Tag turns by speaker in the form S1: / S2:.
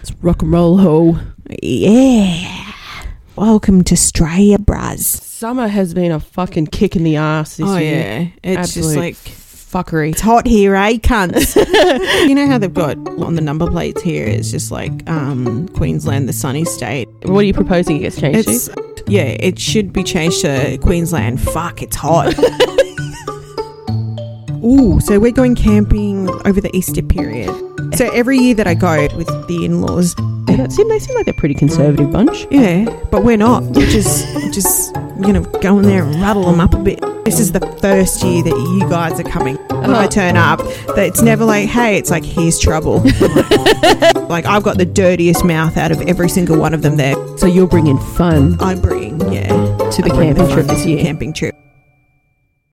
S1: It's rock and roll ho.
S2: Yeah. Welcome to Australia, bros.
S1: Summer has been a fucking kick in the ass this
S2: oh
S1: year.
S2: yeah, it's just
S1: Absolute
S2: like
S1: Fuckery.
S2: it's hot here, eh, cunts? you know how they've got on the number plates here? It's just like um, Queensland, the sunny state.
S1: What are you proposing it gets changed
S2: It's yeah, it should be changed to Queensland. Fuck, it's hot. Ooh, so we're going camping over the Easter period. So every year that I go with the in-laws,
S1: to? They don't seem, they seem like a pretty conservative bunch.
S2: yeah, but we're not. We're just, just you know, go in there and rattle them up a bit. This is the first year that you guys are coming. When I
S1: Uh-huh.
S2: turn up, that it's never like, hey, it's like here's trouble. like I've got the dirtiest mouth out of every single one of them there.
S1: So you're bringing fun
S2: I bring, yeah,
S1: to the
S2: I bring
S1: camping trip
S2: fun
S1: this year.
S2: Camping trip.